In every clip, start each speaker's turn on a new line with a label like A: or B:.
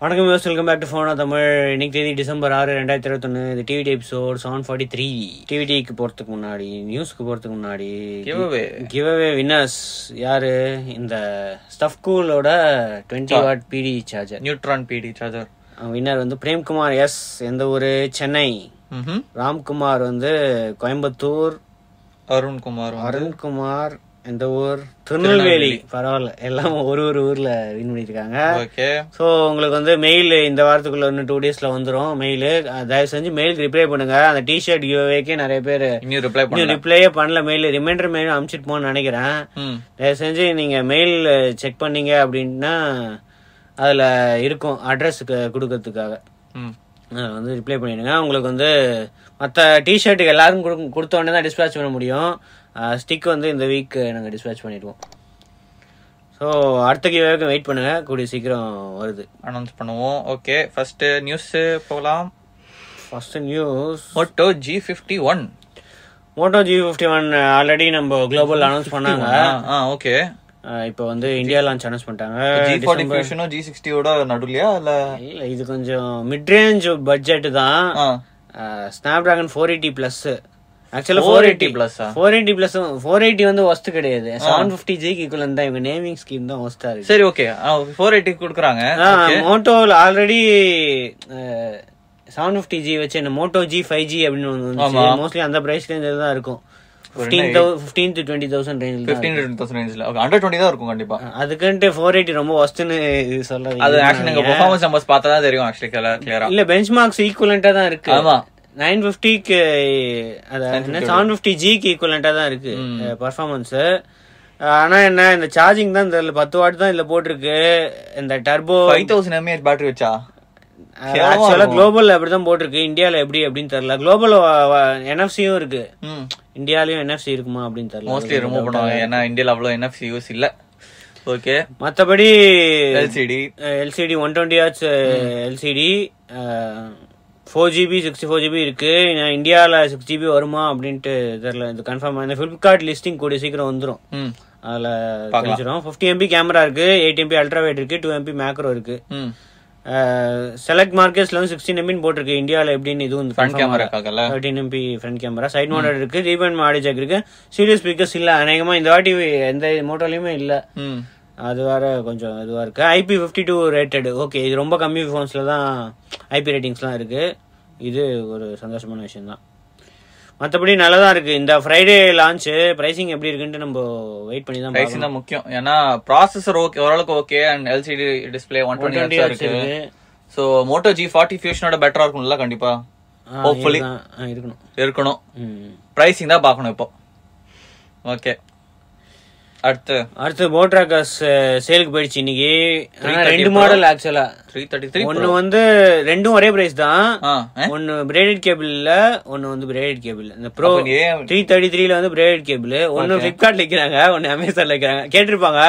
A: வணக்கம் யோஸ் welcome back to ஃபோனா தமிழ் இன்னைக்கு தேதி டிசம்பர் ஆறு ரெண்டாயிரத்தி இருபத்தொன்னு இது TVT episode seven forty three டிவிடிக்கு போகிறதுக்கு முன்னாடி நியூஸ்க்கு போகிறதுக்கு முன்னாடி
B: Giveaway.
A: கிவ்அவே வின்னர்ஸ் யாரு இந்த ஸ்டஃப் கூலோட twenty watt PD charger
B: neutron PD charger
A: winner வந்து பிரேம்குமார் எஸ் எந்த ஊர் சென்னை
B: ம்ஹும்
A: ராம்குமார் வந்து கோயம்புத்தூர்
B: அருண்குமார் வந்து
A: அருண்குமார் எந்த ஊர் திருநெல்வேலி பரவாயில்ல எல்லாம் ஒரு ஒரு ஊர்ல வின் பண்ணியிருக்காங்க
B: ஓகே
A: ஸோ உங்களுக்கு வந்து மெயில் இந்த வாரத்துக்குள்ள இன்னும் டூ டேஸ்ல வந்துடும் மெயில் தயவு செஞ்சு மெயில் ரிப்ளை பண்ணுங்க அந்த டிஷர்ட் கிவ்அவேக்கே நிறைய பேர்
B: இன்னும் ரிப்ளை பண்ணல
A: ரிப்ளையே பண்ணல மெயில் ரிமைண்டர் மெயில் அனுப்பிச்சிட்டு போன்னு நினைக்கிறேன்
B: ம்
A: தயவு செஞ்சு நீங்க மெயில் செக் பண்ணீங்க அப்படின்னா அதுல இருக்கும் அட்ரஸ் கொடுக்கறதுக்காக
B: ம்
A: அதுல வந்து ரிப்ளை பண்ணிடுங்க உங்களுக்கு வந்து மற்ற டிஷர்ட்டுக்கு எல்லாரும் கொடுக்க- கொடுத்த உடனே தான் டிஸ்பேச் பண்ண முடியும் ஸ்டிக் வந்து இந்த வீக் நாங்கள் டிஸ்பேச் பண்ணிடுவோம் ஸோ அடுத்த கிவேக்கு வெயிட் பண்ணுங்க கூடிய சீக்கிரம் வருது
B: அனௌன்ஸ் பண்ணுவோம் ஓகே ஃபர்ஸ்ட் நியூஸ் போகலாம்
A: first news
B: Moto G fifty one
A: Moto G fifty one already uh, நம்ம குளோபல் அனௌன்ஸ் பண்ணாங்க
B: ஆ ஓகே
A: அஹ் இப்போ வந்து இந்தியா லான்ச் அனௌன்ஸ் பண்ணிட்டாங்க
B: ஜி ஃபார்ட்டி ஃபியூஷனும் ஜி சிக்ஸ்டியோட நடுலையா இல்ல
A: இல்ல இது கொஞ்சம் மிட் ரேஞ்ச் பட்ஜெட் தான் Uh,
B: ஆ
A: Snapdragon four eighty plus ஆக்சுவலா ஃபோர் எயிட்டி
B: 480
A: பிளஸ்
B: plus ஆ?
A: Four eighty plus four eighty வந்து ஒஸ்ட் கிடையாது செவன் ஃபிஃப்டி ஜிக்கு இக்குவலன் தான் இவங்க நேமிங் ஸ்கீம் தான் ஒஸ்டா இருக்கு
B: சரி ஓகே ஃபோர் எயிட்டி கொடுக்குறாங்க
A: மோட்டோவில் ஆல்ரெடி செவன் ஃபிஃப்டி ஜி வச்சு என்ன மோட்டோ ஜி ஃபைவ் ஜி அப்படின்னு ஒன்று வந்துச்சு மோஸ்ட்லி அந்த ப்ரைஸ் ரேஞ்சில் தான் இருக்கும் fifteen thou fifteen to twenty thousand ரேஞ்சில் தான்
B: ஃபிஃப்டீன் தௌசண்ட் ரேஞ்சில் ஓகே ஹண்ட்ரட் டுவெண்ட்டி தான் இருக்கும் கண்டிப்பா
A: அதுக்குன்ட்டு ஃபோர் எயிட்டி ரொம்ப ஒஸ்ட்னு சொல்றது
B: அது ஆக்சுவலி எங்க பெர்ஃபார்மன்ஸ் நம்பர்ஸ் பார்த்தா தான் தெரியும் ஆக்சுவலி கலர் கிளியரா
A: இல்ல பெஞ்ச் மார்க்ஸ் ஈக்குவலண்டா தான் இருக்கு
B: ஆமா.
A: நைன் பிப்டிக்கு செவன் பிப்டி ஜிக்கு ஈக்குவலண்டா தான் இருக்கு பர்ஃபார்மன்ஸ் ஆனா என்ன இந்த சார்ஜிங் தான் தெரியல பத்து வாட் தான் இதுல போட்டிருக்கு இந்த turbo
B: five thousand mAh battery வச்சா
A: ஆக்சுவலா குளோபல் அப்படிதான் போட்டிருக்கு இந்தியால எப்படி அப்படின்னு தெரியல குளோபல் என்எஃப்சியும் இருக்கு
B: ம்
A: இந்தியாலயும் என்எஃப்சி இருக்குமா அப்படின்னு தெரியல
B: மோஸ்ட்லி ரிமூவ் பண்ணுவாங்க ஏன்னா இந்தியால அவ்வளோ என்எஃப்சி யூஸ் இல்ல ஓகே
A: மத்தபடி
B: LCD
A: LCD one twenty hertz LCD four GB sixty four GB இருக்கு இந்தியாவில் சிக்ஸ் ஜிபி வருமா அப்படின்ட்டு தெரில இது கன்ஃபார்ம் இந்த ஃப்ளிப்கார்ட் லிஸ்டிங் கூடிய சீக்கிரம் வந்துடும்
B: ம்
A: அதில் தெரிஞ்சிடும் ஃபிஃப்டி எம்பி கேமரா இருக்கு எயிட் எம்பி அல்ட்ரா வைட் இருக்கு டூ எம்பி மேக்ரோ இருக்கு
B: ம்
A: செலக்ட் மார்க்கெட்ஸ்ல வந்து சிக்ஸ்டீன் எம்பின்னு போட்டிருக்கு இந்தியாவில் எப்படின்னு இதுவும்
B: ஃப்ரண்ட் கேமராக்காகல
A: thirteen MP front camera side
B: Hmm.
A: Mounted இருக்கு ரீபன் மாடி ஜாக் இருக்கு சீரியஸ் ஸ்பீக்கர்ஸ் இல்லை அநேகமாக இந்த வாட்டி எந்த மோட்டோலையுமே இல்லை
B: ம்
A: அது வேற கொஞ்சம் இதுவாக இருக்கு IP fifty two rated okay இது ரொம்ப கம்மி ஃபோன்ஸில் தான் ஐபி ரேட்டிங்ஸ்லாம் இருக்கு இது ஒரு சந்தோஷமான விஷயம்தான் மற்றபடி நல்லா தான் இருக்கு இந்த ஃப்ரைடே லான்ச்சு பிரைசிங் எப்படி இருக்குன்ட்டு நம்ம வெயிட் பண்ணி தான்
B: பிரைசிங் தான் முக்கியம் ஏன்னா ப்ராசஸர் ஓகே ஓரளவுக்கு okay and LCD display one twenty இருக்கு ஸோ மோட்டோ ஜி ஃபார்ட்டி ஃபியூஷனோட பெட்டரா இருக்கும்ல கண்டிப்பா Hopefully.
A: பார்க்கணும் இருக்கணும்
B: இருக்கணும்
A: ம்.
B: பிரைசிங் தான் பார்க்கணும் இப்போ ஓகே அடுத்து
A: அடுத்து போட்ராக்கர்ஸ் சேலுக்கு போயிடுச்சு இன்னைக்கு ஆனா ரெண்டு மாடல் ஆக்சுவலா
B: த்ரீ தேர்ட்டி த்ரீ
A: ஒன்னு வந்து ரெண்டும் ஒரே பிரைஸ் தான்
B: ஆ ஏ?
A: ஒன்னு பிரேடட் கேபிள் இல்ல ஒன்னு வந்து பிரேடட் கேபிள் இந்த ப்ரோ
B: அப்ப ஏன்
A: த்ரீ தேர்ட்டி த்ரீல வந்து பிரேடட் கேபிள் ஒன்னு ஃபிளிப்கார்ட்ல விற்கிறாங்க ஒன்னு அமேசான்ல விற்கிறாங்க கேட்டிருப்பாங்க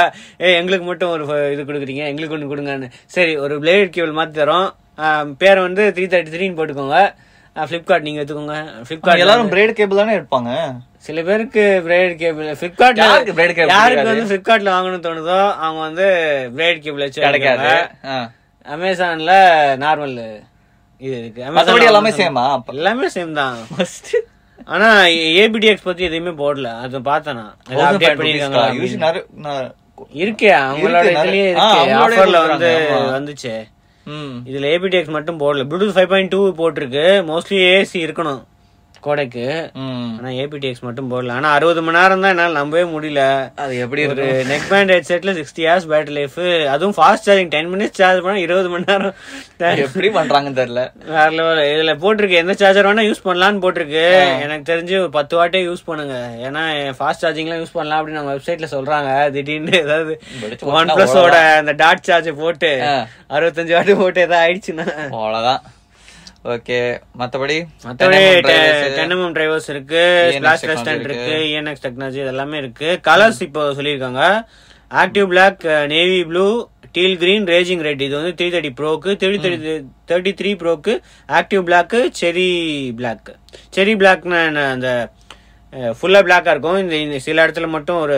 A: ஏ எங்களுக்கு மட்டும் ஒரு ஃப- இது கொடுக்குறீங்க எங்களுக்கு ஒன்று கொடுங்கன்னு சரி ஒரு பிரேடட் கேபிள் மாத்தி தரோம் ஆஹ், பேரை வந்து த்ரீ தேர்ட்டி த்ரீன்னு போட்டுக்கோங்க ஃபிளிப்கார்ட் நீங்க எடுத்துக்கோங்க ஃபிளிப்கார்ட்
B: எல்லாரும் பிரேட் கேபிள் தானே இருப்பாங்க
A: சில பேருக்கு பிரேடட் கேபிள் ஃபிளிப்கார்ட்ல
B: யாருக்கு braided cable
A: யாருக்கு வந்து ஃபிளிப்கார்ட்ல வாங்கணும்னு தோணுதோ அவங்க வந்து பிரேடட் கேபிள் வச்சு
B: கிடைக்காது
A: வாங்கிக்குவாங்க.
B: ஆ.
A: அமேசான்ல நார்மல் இது இருக்கு
B: மத்தபடி
A: அமேசான்ல
B: எல்லாமே சேமா
A: எல்லாமே சேம் தான்
B: ஃபர்ஸ்ட்
A: ஆனா ஏபிடிஎக்ஸ் பத்தி எதையுமே போடல அது பார்த்தேன் நான். ஏதோ update பண்ணிருக்காங்களா
B: யூஸ்
A: அப்படின்னு.
B: நிறைய நா-
A: இருக்கே அவங்களோட
B: இருக்கு, நிறைய-
A: இதுலயே
B: ஆ,
A: இருக்கு
B: அவங்களோட
A: ஆஃபர்ல
B: இதுல
A: வந்து
B: இருக்காங்க,
A: வந்துச்சு
B: ம்
A: இதுல ஏபிடிஎக்ஸ் மட்டும் போடல ப்ளூடூத் ஃபைவ் பாயிண்ட் டூ போட்டிருக்கு மோஸ்ட்லி ஏசி இருக்கணும் கோடைக்கு
B: ம்
A: ஆனா ஏபிடிஎக்ஸ் மட்டும் போடல ஆனா அறுபது மணி நேரம் தான் என்னால நம்பவே முடியல
B: அது எப்படி
A: ஒரு
B: இருக்கு
A: நெக் பேண்ட் ஹெட் செட்ல சிக்ஸ்டி ஹார்ஸ் பேட்டரி லைஃப் அதுவும் fast charging ten minutes charge பண்ணா இருபது மணி நேரம்
B: எப்படி பண்றாங்கன்னு தெரியல
A: வேற லெவல் இதுல போட்டிருக்கு எந்த சார்ஜர் வேணா யூஸ் பண்ணலாம்னு போட்டிருக்கு எனக்கு தெரிஞ்சு ஒரு பத்து வாட்டே யூஸ் பண்ணுங்க ஏன்னா ஃபாஸ்ட் சார்ஜிங்லாம் யூஸ் பண்ணலாம் அப்படின்னு நம்ம வெப்சைட்ல சொல்றாங்க திடீர்னு ஏதாவது
B: வெடிச்சு
A: ஒன் பிளஸோட அந்த டாட் சார்ஜ் போட்டு
B: ஆ.
A: அறுபத்தஞ்சு வாட்டு போட்டு ஏதாவது ஆயிடுச்சுன்னா
B: அவ்வளவுதான் ஓகே மத்தபடி
A: மற்றபடி
B: tenement drivers,
A: டென்னமம் டிரைவர்ஸ் இருக்கு
B: ENX
A: ஸ்பிளாஷ்
B: technology
A: ரெஸ்டன்ட் இருக்கு E இஎன்எக்ஸ் டெக்னாலஜி இது எல்லாமே இருக்கு கலர்ஸ் இப்போ சொல்லியிருக்காங்க uh, active black navy blue teal green raging red இது வந்து த்ரீ தேர்ட்டி ப்ரோக்கு த்ரீ தேர்ட்டி தேர்ட்டி த்ரீ ப்ரோக்கு active block cherry black cherry பிளாக்னா என்ன அந்த uh, ஃபுல்லா பிளாக்கா இருக்கும் இந்த இந்த சில இடத்துல மட்டும் ஒரு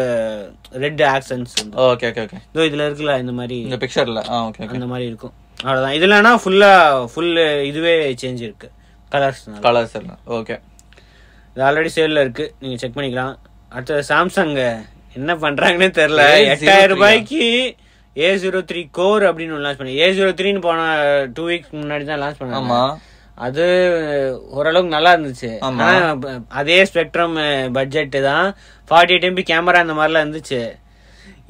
A: red accents
B: okay okay okay
A: இதோ இதுல இருக்குல்ல இந்த மாதிரி
B: இந்த பிக்சர்ல ஆ ஓகே ஓகே
A: அந்த மாதிரி இருக்கும் அவ்வளவுதான் இதுலனா ஃபுல்லா ஃபுல் இதுவே சேஞ்ச் இருக்கு கலர்ஸ்
B: கலர்ஸ் ஓகே
A: இது ஆல்ரெடி சேல்ல இருக்கு நீங்க செக் பண்ணிக்கலாம் அடுத்தது சாம்சங் என்ன பண்றாங்கன்னே தெரியல
B: A03
A: எட்டாயிரம் ரூபாய்க்கு ஏ ஜீரோ த்ரீ கோர் அப்படின்னு லான்ச் பண்ணி ஏ ஜீரோ த்ரீன்னு போன டூ வீக்ஸ் முன்னாடி தான் லான்ச் பண்ணாங்க
B: ஆமா
A: அது ஓரளவுக்கு நல்லா இருந்துச்சு
B: ஆமா.
A: ஆனா ப- அதே ஸ்பெக்ட்ரம் பட்ஜெட் தான் ஃபார்ட்டி எயிட் எம்பி கேமரா அந்த மாதிரிலாம் இருந்துச்சு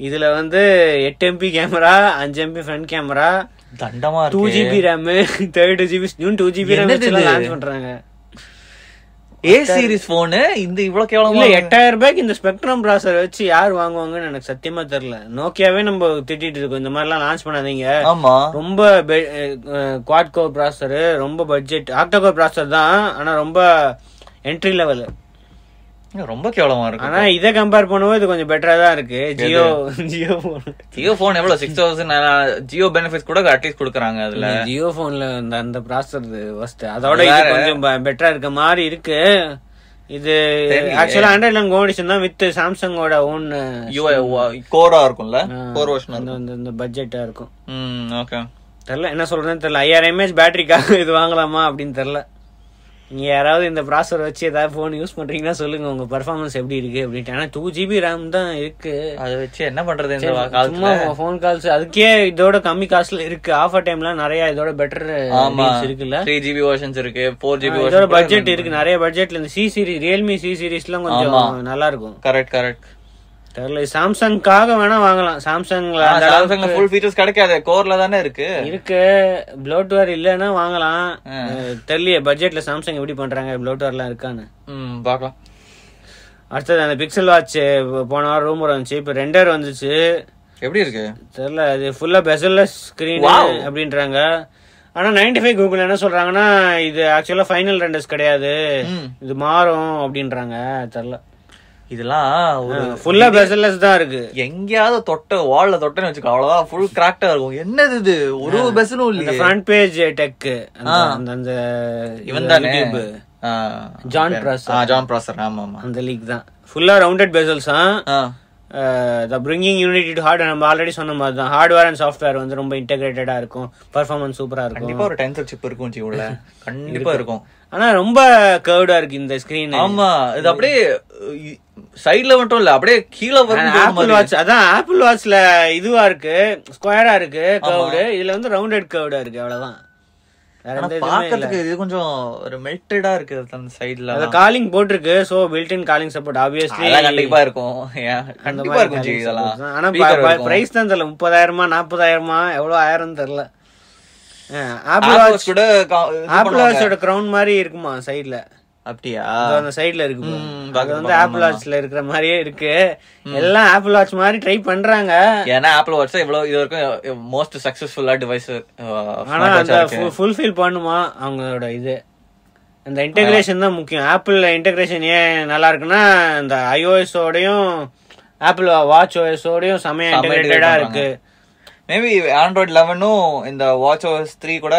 A: இதுல வந்து எட்டு எம்பி கேமரா அஞ்சு எம்பி ஃப்ரண்ட் கேமரா
B: தண்டமா
A: டூ
B: இருக்கு
A: GB RAM thirty two GB இன்னும் டூ ஜிபி ரேம்
B: என்னது இது?
A: லான்ச் பண்றாங்க
B: ஏ சீரிஸ் போன் இந்த இவ்வளவு
A: இல்ல
B: கேவலமா
A: எட்டாயிரம் ரூபாய்க்கு இந்த ஸ்பெக்ட்ரம் ப்ராசர் வச்சு யார் வாங்குவாங்கன்னு எனக்கு சத்தியமா தெரியல நோக்கியாவே நம்ம திட்டிட்டு இருக்கோம் இந்த மாதிரிலாம் லான்ச் பண்ணாதீங்க
B: ஆமா
A: ரொம்ப குவாட் கோர் ப்ராசர் ரொம்ப பட்ஜெட் ஆக்டோகோர் ப்ராசர் தான் ஆனா ரொம்ப என்ட்ரி லெவல்
B: ஏங்க, ரொம்ப கேவலமா இருக்கு
A: ஆனா இதை கம்பேர் பண்ணும்போது இது கொஞ்சம் பெட்டரா தான் இருக்கு ஜியோ ஜியோ போன்
B: ஜியோ போன் எவ்வளவு சிக்ஸ் தௌசண்ட் ஜியோ பெனிஃபிட்ஸ் கூட அட்லீஸ்ட் கொடுக்குறாங்க அதுல
A: ஜியோ போன்ல அந்த அந்த ப்ராசர் ஃபர்ஸ்ட் அதோட இது
B: வேற.
A: கொஞ்சம் பெட்டரா இருக்க மாதிரி இருக்கு இது
B: தெரியலையே.
A: ஆக்சுவலா ஆண்ட்ராய்ட்லாம் கோடிஷன் தான் வித் சாம்சங்கோட ஓன்
B: யூஐ கோரா இருக்கும்ல கோர் வருஷன்
A: அந்த அந்த- அந்த பட்ஜெட்டா இருக்கும்
B: இருக்கும் ஓகே
A: தெரில என்ன சொல்றதுன்னு தெரியல ஐயாயிரம் எம்ஏஹெச் பேட்டரிக்காக இது வாங்கலாமா அப்படின்னு தெரில நீங்க யாராவது இந்த ப்ராசர் வச்சு ஏதாவது ஃபோன் யூஸ் பண்றீங்கன்னா சொல்லுங்க உங்க பெர்ஃபார்மன்ஸ் எப்படி இருக்கு அப்படின்ட்டு ஆனா டூ ஜிபி ரேம் தான் இருக்கு
B: அதை வச்சு என்ன பண்றது இந்த
A: சும்மா
B: காலத்துல
A: ஃபோன் கால்ஸ் அதுக்கே இதோட கம்மி காஸ்ட்ல இருக்கு ஆஃபர் டைம்லாம் நிறைய இதோட பெட்டர்
B: ஆமா
A: இருக்குல்ல
B: த்ரீ ஜிபி வெர்ஷன்ஸ் இருக்கு ஃபோர் ஜிபி
A: இதோட
B: வெர்ஷன்
A: பட்ஜெட் இருக்கு நிறைய பட்ஜெட்ல இந்த சி சீரிஸ் ரியல்மி சி சீரிஸ்லாம் கொஞ்சம் நல்லா இருக்கும்
B: கரெக்ட் கரெக்ட்
A: தெரியல சாம்சங்காக வேணா வாங்கலாம் சாம்சங்ல அந்த அளவுக்கு
B: சாம்சங்ல ஃபுல் ஃபீச்சர்ஸ் கிடைக்காது கோர்ல தானே இருக்கு
A: இருக்கு ப்ளோட்வேர் இல்லைன்னா வாங்கலாம் அஹ், தெரியலையே பட்ஜெட்ல சாம்சங் எப்படி பண்றாங்க ப்ளோட்வேர்லாம் இருக்கான்னு
B: ம் பார்க்கலாம்
A: அடுத்தது அந்த பிக்சல் வாட்ச் போன வாரம் ரூமர் வந்துச்சு இப்போ ரெண்டர் வந்துச்சு
B: எப்படி இருக்கு
A: தெரியல இது ஃபுல்லா பெசல்லஸ் ஸ்க்ரீன் அப்படின்றாங்க ஆனா 95 ஃபைவ் கூகுள் என்ன சொல்றாங்கன்னா இது ஆக்சுவலா ஃபைனல் ரெண்டர்ஸ் கிடையாது
B: ம்.
A: இது மாறும் அப்படின்றாங்க தெரியல
B: இதெல்லாம் ஒரு
A: ஃபுல்லா பெசல்லஸ் தான் இருக்கு
B: எங்கேயாவது தொட்ட வால்ல தொட்டேன்னு வச்சுக்கோ அவ்வளவுதான் ஃபுல் கிராக்டா இருக்கும் என்னது இது ஒரு பெசனும்
A: இந்த
B: இல்லையே
A: ஃப்ரண்ட் பேஜ் டெக் அந்த அந்த
B: இவன் தானே
A: YouTube.
B: ஆ,
A: ஜான்
B: பேர்.
A: ப்ராசர்.
B: ஆ, ஜான் ப்ராசர் ஆமா ஆமா
A: அந்த லீக் தான் ஃபுல்லா ரவுண்டட் பெசல்ஸ் தான்
B: ஆ,
A: the bringing unity to heart நம்ம ஆல்ரெடி சொன்ன மாதிரி தான் ஹார்ட்வேர் அண்ட் சாஃப்ட்வேர் வந்து ரொம்ப இன்டெகிரேட்டடா இருக்கும் பர்ஃபார்மன்ஸ் சூப்பரா இருக்கும்
B: கண்டிப்பா ஒரு டென்சர் சிப் இருக்கும் ஜி உள்ள கண்டிப்பா இருக்கும்
A: ஆனா ரொம்ப கர்வ்டா இருக்கு இந்த ஸ்கிரீன்
B: ஆமா இது அப்படியே சைடுல மட்டும் இல்ல அப்படியே கீழே வரும்
A: ஆப்பிள் வாட்ச் அதான் ஆப்பிள் வாட்ச்ல இதுவா இருக்கு ஸ்கொயரா இருக்கு கர்வ்டு இதுல வந்து ரவுண்டட் கர்வ்டா இருக்கு அவ்வளவுதான் வேற எந்த இதுவுமே இல்ல.
B: பாக்கிறதுக்கு இது கொஞ்சம் ஒரு மெல்டடா இருக்கு அந்த சைடுல
A: அதுல காலிங் போட்டிருக்கு so built in calling support obviously
B: அதெல்லாம் கண்டிப்பா இருக்கும் ஏன், கண்டிப்பா இருக்கும் ஜி இதெல்லாம்
A: ஆனா
B: Speaker இருக்கும்.
A: பிரைஸ் தான் தெரியல முப்பதாயிரமா நாற்பதாயிரமா எவ்வளவு ஆயிரம் தெரியல அஹ், ஆப்பிள்
B: Apple
A: வாட்ச்
B: Watch கூட கா- இது
A: ஆப்பிள்
B: பண்ணுவாங்க.
A: வாட்சோட கிரவுன் மாதிரி இருக்குமா சைடுல
B: அப்படியா
A: அந்த சைடுல இருக்கு பாரு.
B: ம்,
A: அது
B: பார்க்க
A: வந்து ஆப்பிள் வாட்ச்ல இருக்கிற மாதிரியே இருக்கு எல்லாம் ஆப்பிள் வாட்ச் மாதிரி ட்ரை பண்றாங்க
B: ஏன்னா ஆப்பிள் வாட்ச் இவ்வளவு இது வரைக்கும் மோஸ்ட் சக்சஸ்ஃபுல்லா டிவைஸ்
A: ஆனா அந்த ஃபுல்ஃபில் பண்ணுமா அவங்களோட இது அந்த இன்டெகிரேஷன் தான் முக்கியம் ஆப்பிள் இன்டெகிரேஷன் ஏன் நல்லா இருக்குன்னா இந்த ஐஓஎஸோடையும் ஆப்பிள் வாட்ச் ஓஎஸோடையும் செமையா
B: செமையா integrate
A: இன்டெகிரேட்டடா
B: பண்றாங்க.
A: இருக்கு
B: மேபி ஆண்ட்ராய்ட் லெவனும் இந்த வாட்ச் ஓஎஸ் த்ரீ கூட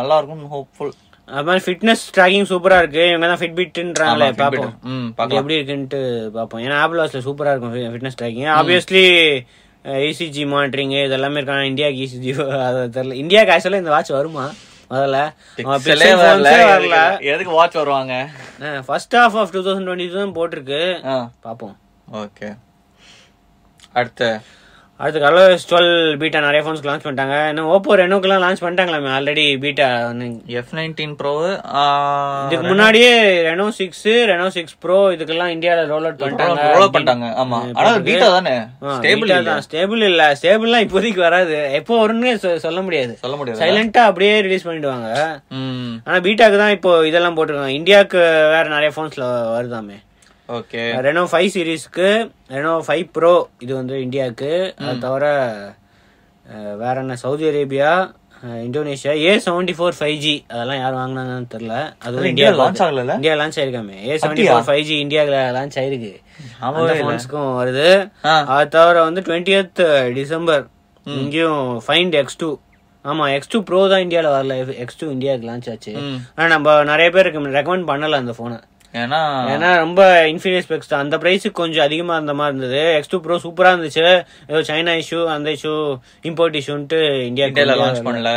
B: நல்லா இருக்கும் ஹோப்ஃபுல்
A: அது மாதிரி ஃபிட்னஸ் ட்ராக்கிங் சூப்பரா இருக்கு இவங்க தான் ஃபிட்பிட்ன்றாங்களே பாப்போம்
B: ம்
A: அது
B: பார்க்கலாம்
A: எப்படி இருக்குன்ட்டு பார்ப்போம் ஏன்னா ஆப்பிள் வாட்ச்ல சூப்பரா இருக்கும் fitness tracking obviously ECG monitoring இது எல்லாமே இருக்கு ஆனா இந்தியாக்கு இசிஜி அது தெரியல இந்தியாக்கு ஆக்சுவலா இந்த வாட்ச் வருமா முதல்ல
B: பிக்சலே வரல எதுக்கு- எதுக்கு வாட்ச் வருவாங்க
A: first half of two thousand twenty தான் போட்டிருக்கு
B: ஆ
A: பார்ப்போம்
B: ஓகே அடுத்து
A: அடுத்து கலர்ஸ் டுவெல் பீட்டா நிறைய ஃபோன்ஸ்க்கு லான்ச் பண்ணிட்டாங்க இன்னும் ஓப்போ ரெனோக்கெல்லாம் லான்ச் பண்ணிட்டாங்களாமே already beta
B: F nineteen pro
A: இதுக்கு முன்னாடியே Reno six Reno six pro இதுக்கெல்லாம் இந்தியாவில் ரோல் அவுட் பண்ணிட்டாங்க
B: பண்ணிட்டாங்க ஆமா ஆனா பீட்டா தானே
A: ஸ்டேபிள்
B: ஸ்டேபிள்
A: தான் ஸ்டேபிள் இல்ல ஸ்டேபிள்லாம் இப்போதைக்கு வராது எப்போ வரும்னு சொ- சொல்ல முடியாது
B: சொல்ல முடியாது
A: சைலண்டா அப்படியே ரிலீஸ் பண்ணிடுவாங்க
B: ம்
A: ஆனா பீட்டாக்கு தான் இப்போ இதெல்லாம் போட்டிருக்காங்க இந்தியாவுக்கு வேற நிறைய போன்ஸ்ல வருதாமே
B: ஓகே
A: ரெனோ ஃபைவ் சீரீஸ்க்கு ரெனோ ஃபைவ் ப்ரோ இது வந்து இந்தியாவுக்கு அது தவிர அஹ், வேற என்ன சவுதி அரேபியா அஹ், Indonesia A seventy four five G அதெல்லாம் யார் வாங்கினாங்கன்னு தெரியல அது வந்து
B: இந்தியா
A: இந்தியா
B: லான்ச் ஆகல
A: இந்தியா லான்ச் ஆயிருக்காமே A seventy four five G இந்தியாவில் லான்ச் ஆயிருக்கு
B: ஆமாவே
A: அந்த ஃபோன்ஸ்க்கும் வருது அது தவிர வந்து 20th டிசம்பர் இங்கேயும் ஃபைண்ட் எக்ஸ் டூ ஆமா எக்ஸ் டூ ப்ரோ தான் இந்தியாவில் வரல எக்ஸ் டூ இந்தியாவுக்கு லான்ச் ஆச்சு
B: ம்.
A: ஆனா நம்ம நிறைய பேருக்கு ரெக்கமெண்ட் பண்ணல அந்த ஃபோனை
B: ஏன்னா
A: ஏன்னா ரொம்ப இன்ஃபீரியர் ஸ்பெக்ஸ் தான் அந்த ப்ரைஸுக்கு கொஞ்சம் அதிகமாக இருந்த மாதிரி இருந்தது எக்ஸ் டூ ப்ரோ சூப்பராக இருந்துச்சு ஏதோ சைனா இஷ்யூ அந்த இஷ்யூ இம்போர்ட் இஷ்யூன்ட்டு
B: இந்தியால
A: இந்தியா
B: லான்ச் பண்ணல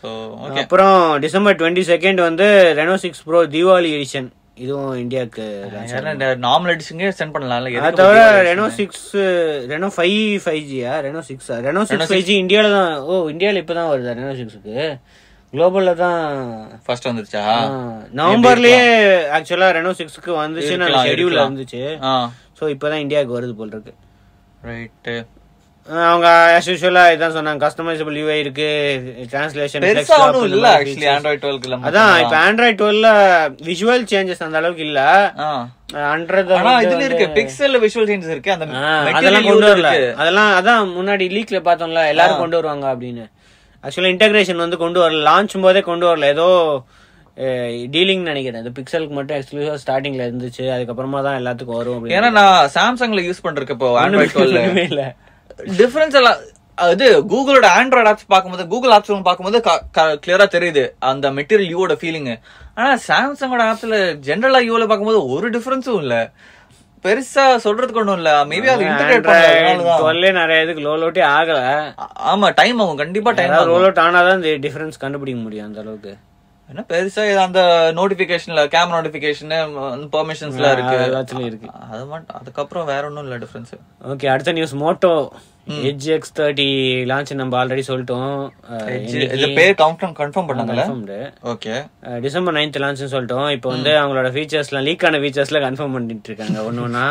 B: சோ ஓகே
A: அப்புறம் டிசம்பர் டுவெண்ட்டி செகண்ட் வந்து Reno six pro Diwali edition இதுவும் இந்தியாவுக்கு launch ஆகும்.
B: நார்மல் எடிஷன்கே சென்ட் பண்ணலாம்ல
A: அது
B: எதுக்கு
A: தவிர
B: புது edition?
A: Reno six Reno five five ஜியா Reno six Reno six five G இந்தியாவில தான் ஓ இந்தியாவில் இப்போ தான் வருதா ரெனோ சிக்ஸ்க்கு குளோபலில் தான்
B: ஃபர்ஸ்ட் வந்துருச்சா
A: ஆ, நவம்பர்லயே ஆக்சுவலா ரெனோ சிக்ஸ்க்கு வந்துச்சு நல்ல
B: இருக்கலாம்,
A: ஷெடியூல்ல
B: இருக்கலாம்.
A: இருந்துச்சு
B: ஆ
A: ஸோ இப்போதான் இந்தியாவுக்கு வருது போல் இருக்கு
B: ரைட்
A: ஆ, அவங்க ஆஸ் யூஷுவலா இதான் சொன்னாங்க கஸ்டமைசபிள் யூஐ இருக்கு டிரான்ஸ்லேஷன்
B: பெருசா ஒண்ணும் இல்ல ஆக்சுவலி ஆண்ட்ராய்ட் டுவெல்க்கு இல்ல
A: அதான் இப்ப ஆண்ட்ராய்ட் டுவெல்ல விஷுவல் சேஞ்சஸ் அந்த அளவுக்கு இல்ல அண்ட்ராய்ட்
B: ஆனா இதுல இருக்கு பிக்சல் விஷுவல் சேஞ்சஸ் இருக்கு அந்த
A: அதெல்லாம்
B: material
A: கொண்டு வரல
B: இருக்கு.
A: அதெல்லாம் அதான் முன்னாடி லீக்ல பார்த்தோம்ல எல்லாரும் கொண்டு வருவாங்க அப்படின்னு ஆக்சுவலா இன்டகிரேஷன் வந்து கொண்டு வரல லான்ச் போதே கொண்டு வரல ஏதோ டீலிங் நினைக்கிறேன் அது பிக்சலுக்கு மட்டும் எக்ஸ்க்ளூசிவா ஸ்டார்டிங்ல இருந்துச்சு அதுக்கப்புறமா தான் எல்லாத்துக்கும் வரும்
B: ஏன்னா நான் சாம்சங்ல யூஸ் பண்றேன் இப்போ ஆண்ட்ராய்ட் டுவெல்
A: அப்படின்னு இல்ல
B: டிஃபரன்ஸ் எல்லாம் அது கூகுளோட ஆண்ட்ராய்ட் ஆப்ஸ் பார்க்கும்போது கூகுள் ஆப்ஸ் பார்க்கும்போது கிளியரா தெரியுது அந்த மெட்டீரியல் யூவோட ஃபீலிங் ஆனா சாம்சங்கோட ஆப்ஸ்ல ஜென்ரலா யூல பார்க்கும்போது ஒரு டிஃபரன்ஸும் இல்ல பெருசா சொல்றதுக்கு ஒண்ணும் இல்ல மேபி அது இன்டகிரேட் பண்ணதுனால
A: டுவெல்லே நிறைய இதுக்கு லோ லோட்டே ஆகல
B: ஆமா டைம் ஆகும் கண்டிப்பா டைம்
A: ஏதாவது
B: ஆகும்
A: லோ லோட் ஆனாதான் இந்த டிஃபரன்ஸ் கண்டுபிடிக்க முடியும் அந்த அளவுக்கு
B: என்ன பெருசா இது அந்த நோட்டிபிகேஷன்ல கேம் நோட்டிபிகேஷன் பெர்மிஷன்ஸ்ல இருக்கு
A: அது எல்லாத்துலயும் இருக்கு
B: அது மட்டும் அதுக்கப்புறம் வேற ஒண்ணும் இல்ல டிஃபரன்ஸ்
A: ஓகே அடுத்த news Moto edge X thirty launch நம்ம ஆல்ரெடி சொல்லிட்டோம் அஹ்,
B: இது பேர் கன்ஃபார்ம் கன்ஃபார்ம் பண்ணாங்கல்ல
A: confirmed.
B: ஓகே
A: அஹ், டிசம்பர் நைன்த் லான்ச்னு சொல்லிட்டோம் இப்போ வந்து அவங்களோட ஃபீச்சர்ஸ்லாம் லீக் ஆன ஃபீச்சர்ஸ்லாம் கன்ஃபார்ம் பண்ணிட்டு இருக்காங்க ஒன்று ஒன்றா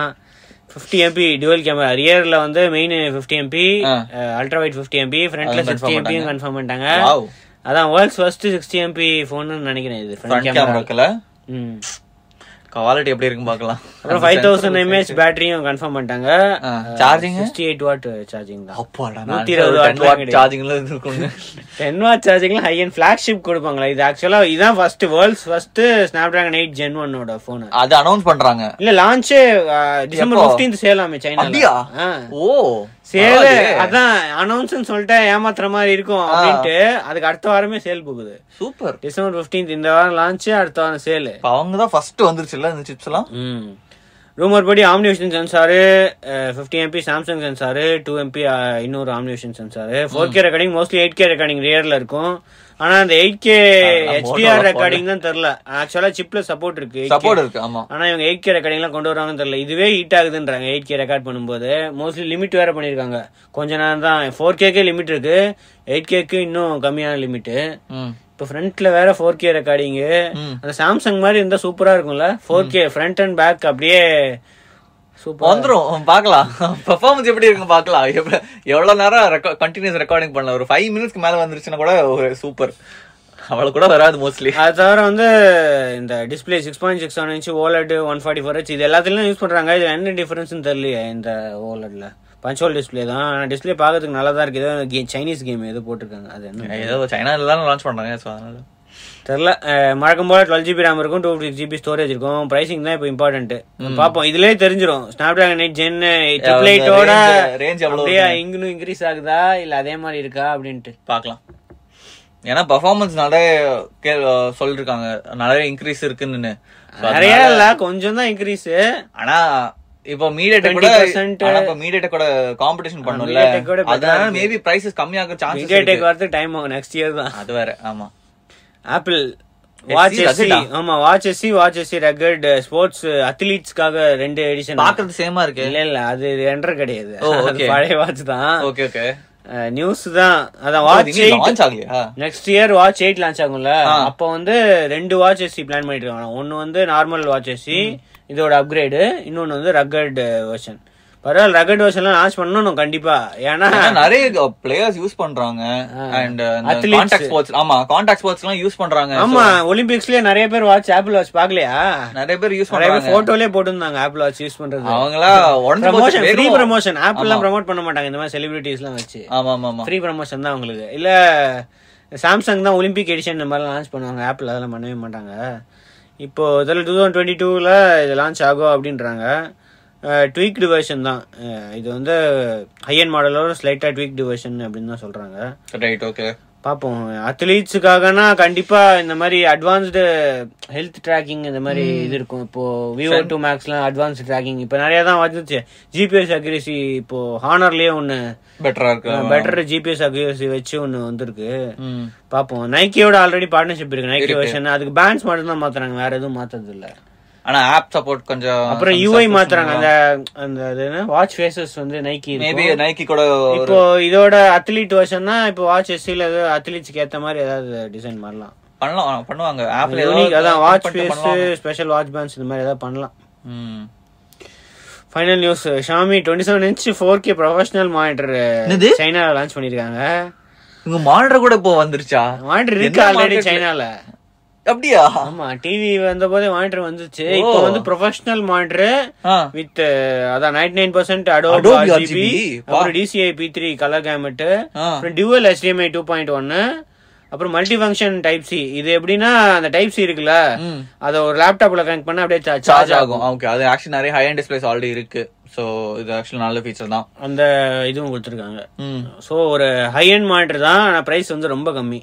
A: ஃபிஃப்டி எம்பி டுவல் கேமரா ரியர்ல வந்து மெயின் ஃபிஃப்டி எம்பி
B: ஆ.
A: அல்ட்ரா வைட் ஃபிஃப்டி எம்பி ஃப்ரண்ட்ல
B: அதுவும்
A: சிக்ஸ்டி
B: confirm
A: எம்பியும் கன்ஃபார்ம் பண்ணிட்டாங்க
B: வாவ்
A: அதான் வேர்ல்ட்ஸ் ஃபர்ஸ்ட் சிக்ஸ்டி எம்பி ஃபோன்னு நினைக்கிறேன் இது ஃப்ரண்ட்
B: ஃப்ரண்ட்
A: கேமரா
B: கேமராக்குல
A: ம்
B: குவாலிட்டி எப்படி இருக்குன்னு பார்க்கலாம்
A: அப்புறம் ஃபைவ் தௌசண்ட் எம்ஏஹெச் பேட்டரியும் கன்ஃபார்ம் பண்ணிட்டாங்க
B: charging
A: sixty eight watt charging தான்
B: அப்பாடா
A: நூத்தி இருபது watt தான் கிடைக்கும்.
B: சார்ஜிங்ல இருக்குங்க
A: டென் வாட் சார்ஜிங்லாம் ஹை அண்ட் ஃபிளாக்ஷிப் கொடுப்பாங்களா இது ஆக்சுவலாக இதுதான் first world's first Snapdragon eight gen ஒன்னோட ஃபோனு
B: அது அனௌன்ஸ் பண்றாங்க
A: இல்ல லான்ச் டிசம்பர்
B: எப்போ?
A: 15th சேலாமே சைனால
B: அப்படியா?
A: ஆ.
B: ஓ
A: சேல்
B: பரவாயில்லையே.
A: அதான் அனௌன்ஸ் சொல்லிட்டு ஏமாத்துற மாதிரி இருக்கும் அப்படின்ட்டு அதுக்கு அடுத்த வாரமே சேல் போகுது
B: சூப்பர்
A: டிசம்பர் 15th இந்த வாரம் லான்ச் அடுத்த வாரம் சேல்
B: இப்ப அவங்க தான் ஃபர்ஸ்ட் வந்துருச்சுல்ல இந்த சிப்ஸ் எல்லாம்
A: ம் ரூமர் படி OmniVision sensor fifty MP Samsung sensor two MP இன்னொரு OmniVision sensor four K recording mostly eight K recording ரியர்ல இருக்கும் ஆனா அந்த எயிட் கே
B: அதான் motorola
A: ஹெச்டிஆர் ரெக்கார்டிங் தான் தெரில ஆக்சுவலா சிப்ல சப்போர்ட் இருக்கு 8K.
B: சப்போர்ட் இருக்கு ஆமா
A: ஆனா இவங்க எயிட் கே ரெக்கார்டிங்லாம் கொண்டு வராங்கன்னு தெரியல இதுவே ஹீட் ஆகுதுன்றாங்க எயிட் கே ரெக்கார்ட் பண்ணும்போது மோஸ்ட்லி லிமிட் வேற பண்ணியிருக்காங்க கொஞ்ச நேரம் தான் ஃபோர் கேக்கே லிமிட் இருக்கு எயிட் கேக்கு இன்னும் கம்மியான லிமிட்டு
B: ம்
A: இப்போ ஃப்ரண்ட்ல வேற ஃபோர் கே ரெக்கார்டிங்கு
B: ம்.
A: அந்த சாம்சங் மாதிரி இருந்தா சூப்பரா இருக்கும்ல four K front and back அப்படியே சூப்பர்
B: வந்துரும் பார்க்கலாம் பெர்ஃபார்மன்ஸ் எப்படி இருக்கும் பார்க்கலாம் எவ்வளவு எவ்வளவு நேரம் கண்டினியூஸ் ரெக்கார்டிங் பண்ணலாம் ஒரு ஃபைவ் மினிட்ஸ்க்கு மேல வந்துருச்சுன்னா கூட ஒரு சூப்பர் அவ்வளவு கூட வராது மோஸ்ட்லி
A: அது தவிர வந்து இந்த display six point six one inch OLED one forty four H இது எல்லாத்துலயும் யூஸ் பண்றாங்க இதுல என்ன டிஃபரன்ஸ்னு தெரியலையே இந்த ஓலட்ல பஞ்சோல் டிஸ்பிளே தான் ஆனா டிஸ்பிளே பார்க்கறதுக்கு நல்லா தான் இருக்கு ஏதோ கே- சைனீஸ் கேம் ஏதோ போட்டிருக்காங்க அது என்ன
B: ஏதோ சைனால தான் லான்ச் பண்றாங்க so அதனால
A: தெரில மறக்கும் போல டுவெல் ஜிபி ரேம் இருக்கும் டூ ஃபிஃப்டி ஜிபி ஸ்டோரேஜ் இருக்கும் பிரைசிங் தான் இப்போ இம்பார்ட்டன்ட் பார்ப்போம் இதுலயே தெரிஞ்சிரும் snap dragon eight gen triple எயிட்டோட
B: range- range எவ்வளவு
A: அப்படியே இன்னும் இன்க்ரீஸ் ஆகுதா இல்ல அதே மாதிரி இருக்கா அப்படின்ட்டு
B: பார்க்கலாம் ஏன்னா பர்ஃபார்மன்ஸ் நிறைய கே- அஹ் சொல்லிருக்காங்க நிறைய இன்க்ரீஸ் இருக்குன்னு So, அது-
A: நிறைய இல்ல கொஞ்சம் தான் இன்க்ரீஸ்
B: ஆனா இப்போ மீடியாட்ட கூட
A: 20%
B: ஆனா இப்போ மீடியாட்ட கூட காம்படிஷன் பண்ணும்ல
A: MediaTek கூட better
B: அதனால மேபி பிரைசஸ் கம்மியாக சான்சஸ்
A: மீடியா டெக் வரதுக்கு டைம் ஆகும் நெக்ஸ்ட் இயர் தான்
B: அது வேற ஆமா
A: ஆப்பிள் வாட்ச் எஸ்சி
B: rugged ஆ?
A: ஆமா watch SE watch SE rugged sports அத்லீட்ஸ்க்காக uh, ரெண்டு எடிஷன்
B: பாக்குறது சேமா இருக்கு
A: இல்ல இல்ல அது என்டர் கிடையாது
B: ஓ,
A: அது
B: okay.
A: பழைய வாட்ச் தான்
B: ஓகே ஓகே
A: நியூஸ் தான் அதான் வாட்ச்
B: லான்ச் ஆகலையா
A: next year watch eight launch ஆகும்ல அப்போ வந்து ரெண்டு வாட்ச் எஸ்சி பிளான் பண்ணிட்டு இருக்காங்க ஒன்னு வந்து நார்மல் வாட்ச் எஸ்சி இதோட அப்கிரேடு இன்னொன்னு வந்து ரக்கட் வெர்ஷன் பரவாயில்ல ரக்கட் வெர்ஷன்லாம் லான்ச் பண்ணணும் கண்டிப்பா ஏன்னா
B: ஏன்னா நிறைய பிளேயர்ஸ் யூஸ் பண்றாங்க அண்ட்
A: Athletes.
B: கான்டாக்ட் ஸ்போர்ட்ஸ் ஆமா கான்டாக்ட் ஸ்போர்ட்ஸ் எல்லாம் யூஸ் பண்றாங்க So,
A: ஆமா ஒலிம்பிக்ஸ்லயே நிறைய பேர் வாட்ச் ஆப்பிள் வாட்ச் பாக்கலையா
B: நிறைய பேர் யூஸ்
A: நிறைய
B: பண்றாங்க
A: பேர் போட்டோலயே போட்டிருந்தாங்க ஆப்பிள் வாட்ச் யூஸ் பண்றது
B: அவங்களா உடனே
A: ப்ரமோஷன் ஃப்ரீ ப்ரமோஷன் ஆப்பிள்லாம் ப்ரமோட் பண்ண மாட்டாங்க இந்த மாதிரி செலிபிரிட்டிஸ்லாம் வச்சு
B: ஆமா ஆமா ஆமா
A: ஃப்ரீ ப்ரமோஷன் தான் உங்களுக்கு இல்ல சாம்சங் தான் ஒலிம்பிக் எடிஷன் இந்த மாதிரிலாம் லான்ச் பண்ணுவாங்க ஆப்பிள் அதெல்லாம் பண்ணவே மாட்டாங்க இப்போ இதில் டூ தௌசண்ட் டுவெண்ட்டி டூவில் இது லான்ச் ஆகும் அப்படின்றாங்க ட்வீக்டு வெர்ஷன் தான் அஹ் இது வந்து ஹையன் மாடலோட ஸ்லைட்டாக ட்வீக்டு வெர்ஷன் அப்படின்னு தான் சொல்கிறாங்க
B: ரைட் ஓகே
A: பார்ப்போம் அத்லீட்ஸுக்காகனா கண்டிப்பா இந்த மாதிரி அட்வான்ஸ்டு ஹெல்த் ட்ராக்கிங் இந்த மாதிரி இது இருக்கும் இப்போ விவோ டூ மேக்ஸ்லாம் அட்வான்ஸ் ட்ராக்கிங் இப்போ நிறைய தான் வந்துச்சு ஜிபிஎஸ் அக்யூரசி இப்போ ஹானர்லயே ஒன்று
B: பெட்டரா இருக்கு
A: பெட்டர் ஜிபிஎஸ் அக்யூரசி வச்சு ஒன்று வந்திருக்கு பார்ப்போம் நைக்கியோட ஆல்ரெடி பார்ட்னர்ஷிப் இருக்கு நைக்கி வருஷன் அதுக்கு பேண்ட்ஸ் மட்டும் தான் மாத்துறாங்க வேற எதுவும் மாத்துறது இல்ல
B: ஆனா ஆப் சப்போர்ட் கொஞ்சம்
A: அப்புறம் யூஐ மாத்துறாங்க அந்த அந்த அது என்ன வாட்ச் ஃபேசஸ் வந்து நைக்கி
B: மேபி நைக்கி கூட ஒரு-
A: இப்போ இதோட அத்லீட் வருஷன்னா இப்போ வாட்ச் எஸ்சில அத்லீட்ஸ்க்கு ஏத்த மாதிரி ஏதாவது டிசைன் பண்ணலாம்
B: பண்ணலாம் ஆ, பண்ணுவாங்க ஆப்ல
A: யூனிக் அதான் watch face special watch bands இந்த மாதிரி ஏதாவது பண்ணலாம் final news Xiaomi twenty seven inch four K professional monitor
B: என்னது?
A: சைனால லான்ச் பண்ணிருக்காங்க
B: உங்க மானிட்டர் கூட இப்போ வந்துருச்சா
A: மானிட்டர் இருக்கு
B: என்ன
A: ஆல்ரெடி
B: monitor?
A: சைனால
B: அப்படியா
A: ஆமா டிவி வந்த போதே மானிட்டர் வந்துச்சு இப்போ வந்து ப்ரொஃபஷனல் மானிட்டர்
B: ஆ.
A: வித் அதான் ninety nine percent Adobe
B: Adobe
A: RGB
B: RGB,
A: அப்புறம் DCI P three colour gamut
B: ஆ.
A: அப்புறம் டியூவல் HDMI டூ பாயிண்ட் ஒன்னு அப்புறம் மல்டி ஃபங்க்ஷன் டைப் சி இது எப்படின்னா அந்த டைப் சி இருக்குல்ல
B: ம்.
A: அத ஒரு லேப்டாப்ல கனெக்ட் பண்ணா அப்படியே சார்ஜ்
B: சார்ஜ் ஆகும் ஓகே அது ஆக்சுவலி நிறைய ஹை அண்ட் டிஸ்பிளேஸ் ஆல்ரெடி இருக்கு சோ இது ஆக்சுவலி நல்ல ஃபீச்சர் தான்
A: அந்த இதுவும் கொடுத்துருக்காங்க
B: ம்.
A: சோ ஒரு ஹை அண்ட் மானிட்டர் தான் ஆனா பிரைஸ் வந்து ரொம்ப கம்மி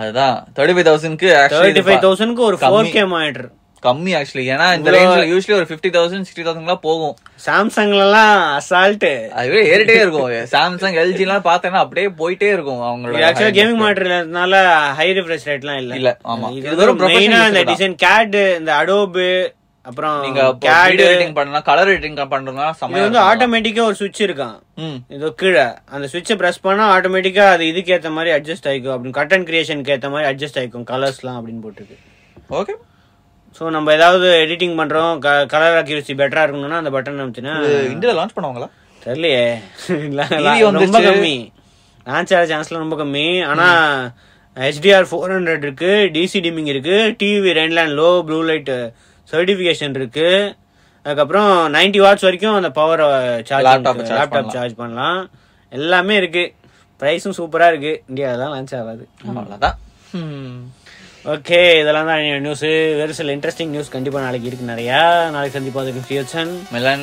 B: அதுதான் தேர்ட்டி ஃபைவ் தௌசண்ட்க்கு
A: தேர்ட்டி ஃபைவ்
B: ஆக்சுவலி
A: தௌசண்ட்க்கு ஒரு ஃபோர் கே மானிட்டர்
B: கம்மி ஆக்சுவலி ஏன்னா இந்த ரேஞ்ச்ல யூஸ்வலி ஒரு ஃபிஃப்டி தௌசண்ட் சிக்ஸ்டி தௌசண்ட்லாம் போகும்
A: சாம்சங்லாம் அசால்ட்டு
B: அதுவே ஏறிட்டே இருக்கும் சாம்சங் எல்ஜி எல்லாம் பார்த்தேன்னா அப்படியே போயிட்டே இருக்கும் அவங்களோட
A: இது ஆக்சுவலா கேமிங் மானிட்டர்னால ஹை ரிஃப்ரெஷ் ரேட்லாம் இல்ல
B: இல்ல, ஆமா.
A: இது
B: இது
A: வந்து
B: வெறும் professional
A: மெயினா இந்த
B: use தான்.
A: டிசைன் CAD இந்த அடோபு அப்புறம்
B: நீங்க
A: CAD
B: வீடியோ எடிட்டிங் பண்ணலாம் கலர் எடிட்டிங் பண்றதுனால
A: இது
B: செமையா
A: வந்து
B: இருக்கும்.
A: ஆட்டோமேட்டிக்கா ஒரு சுவிட்ச் இருக்கான்
B: ம்
A: இதோ கீழே அந்த சுவிட்சை பிரஸ் பண்ணா ஆட்டோமேட்டிக்கா அது இதுக்கு ஏத்த மாதிரி அட்ஜஸ்ட் ஆயிக்கும் அப்படின்னு கண்டென்ட் கிரியேஷனுக்கு ஏத்த மாதிரி அட்ஜஸ்ட் ஆயிக்கும் கலர்ஸ்லாம் அப்படின்னு போட்டுருக்கு
B: ஓகே
A: ஸோ நம்ம ஏதாவது எடிட்டிங் பண்றோம் கலர் அக்யூரசி பெட்டரா இருக்கணும்னா அந்த பட்டன் அமுச்சுன்னா
B: இந்தியால லான்ச் பண்ணுவாங்களா
A: தெரியலையே
B: TV
A: ரொம்ப
B: வந்துருச்சு.
A: கம்மி லான்ச் ஆகிற சான்ஸ்லாம் ரொம்ப கம்மி ஆனா ஹெச்டிஆர் ஃபோர் ஹண்ட்ரட் இருக்கு டிசி டிமிங் இருக்கு TÜV Rheinland low blue light certification இருக்கு அதுக்கப்புறம் 90 வாட்ஸ் வரைக்கும் அந்த power charge
B: Laptop charge
A: laptop
B: பண்ணலாம்.
A: சார்ஜ் பண்ணலாம் எல்லாமே இருக்கு ப்ரைஸும் சூப்பரா இருக்கு இந்தியாவில தான் லான்ச் ஆகாது
B: அவ்வளவுதான் ம்.
A: ஓகே இதெல்லாம் தான் நியூஸ் வேறு சில இன்ட்ரெஸ்டிங் நியூஸ் கண்டிப்பா நாளைக்கு இருக்கு நிறையா நாளைக்கு சந்திப்பா அதுக்கு ஃபியூச்சன்
B: மிலன்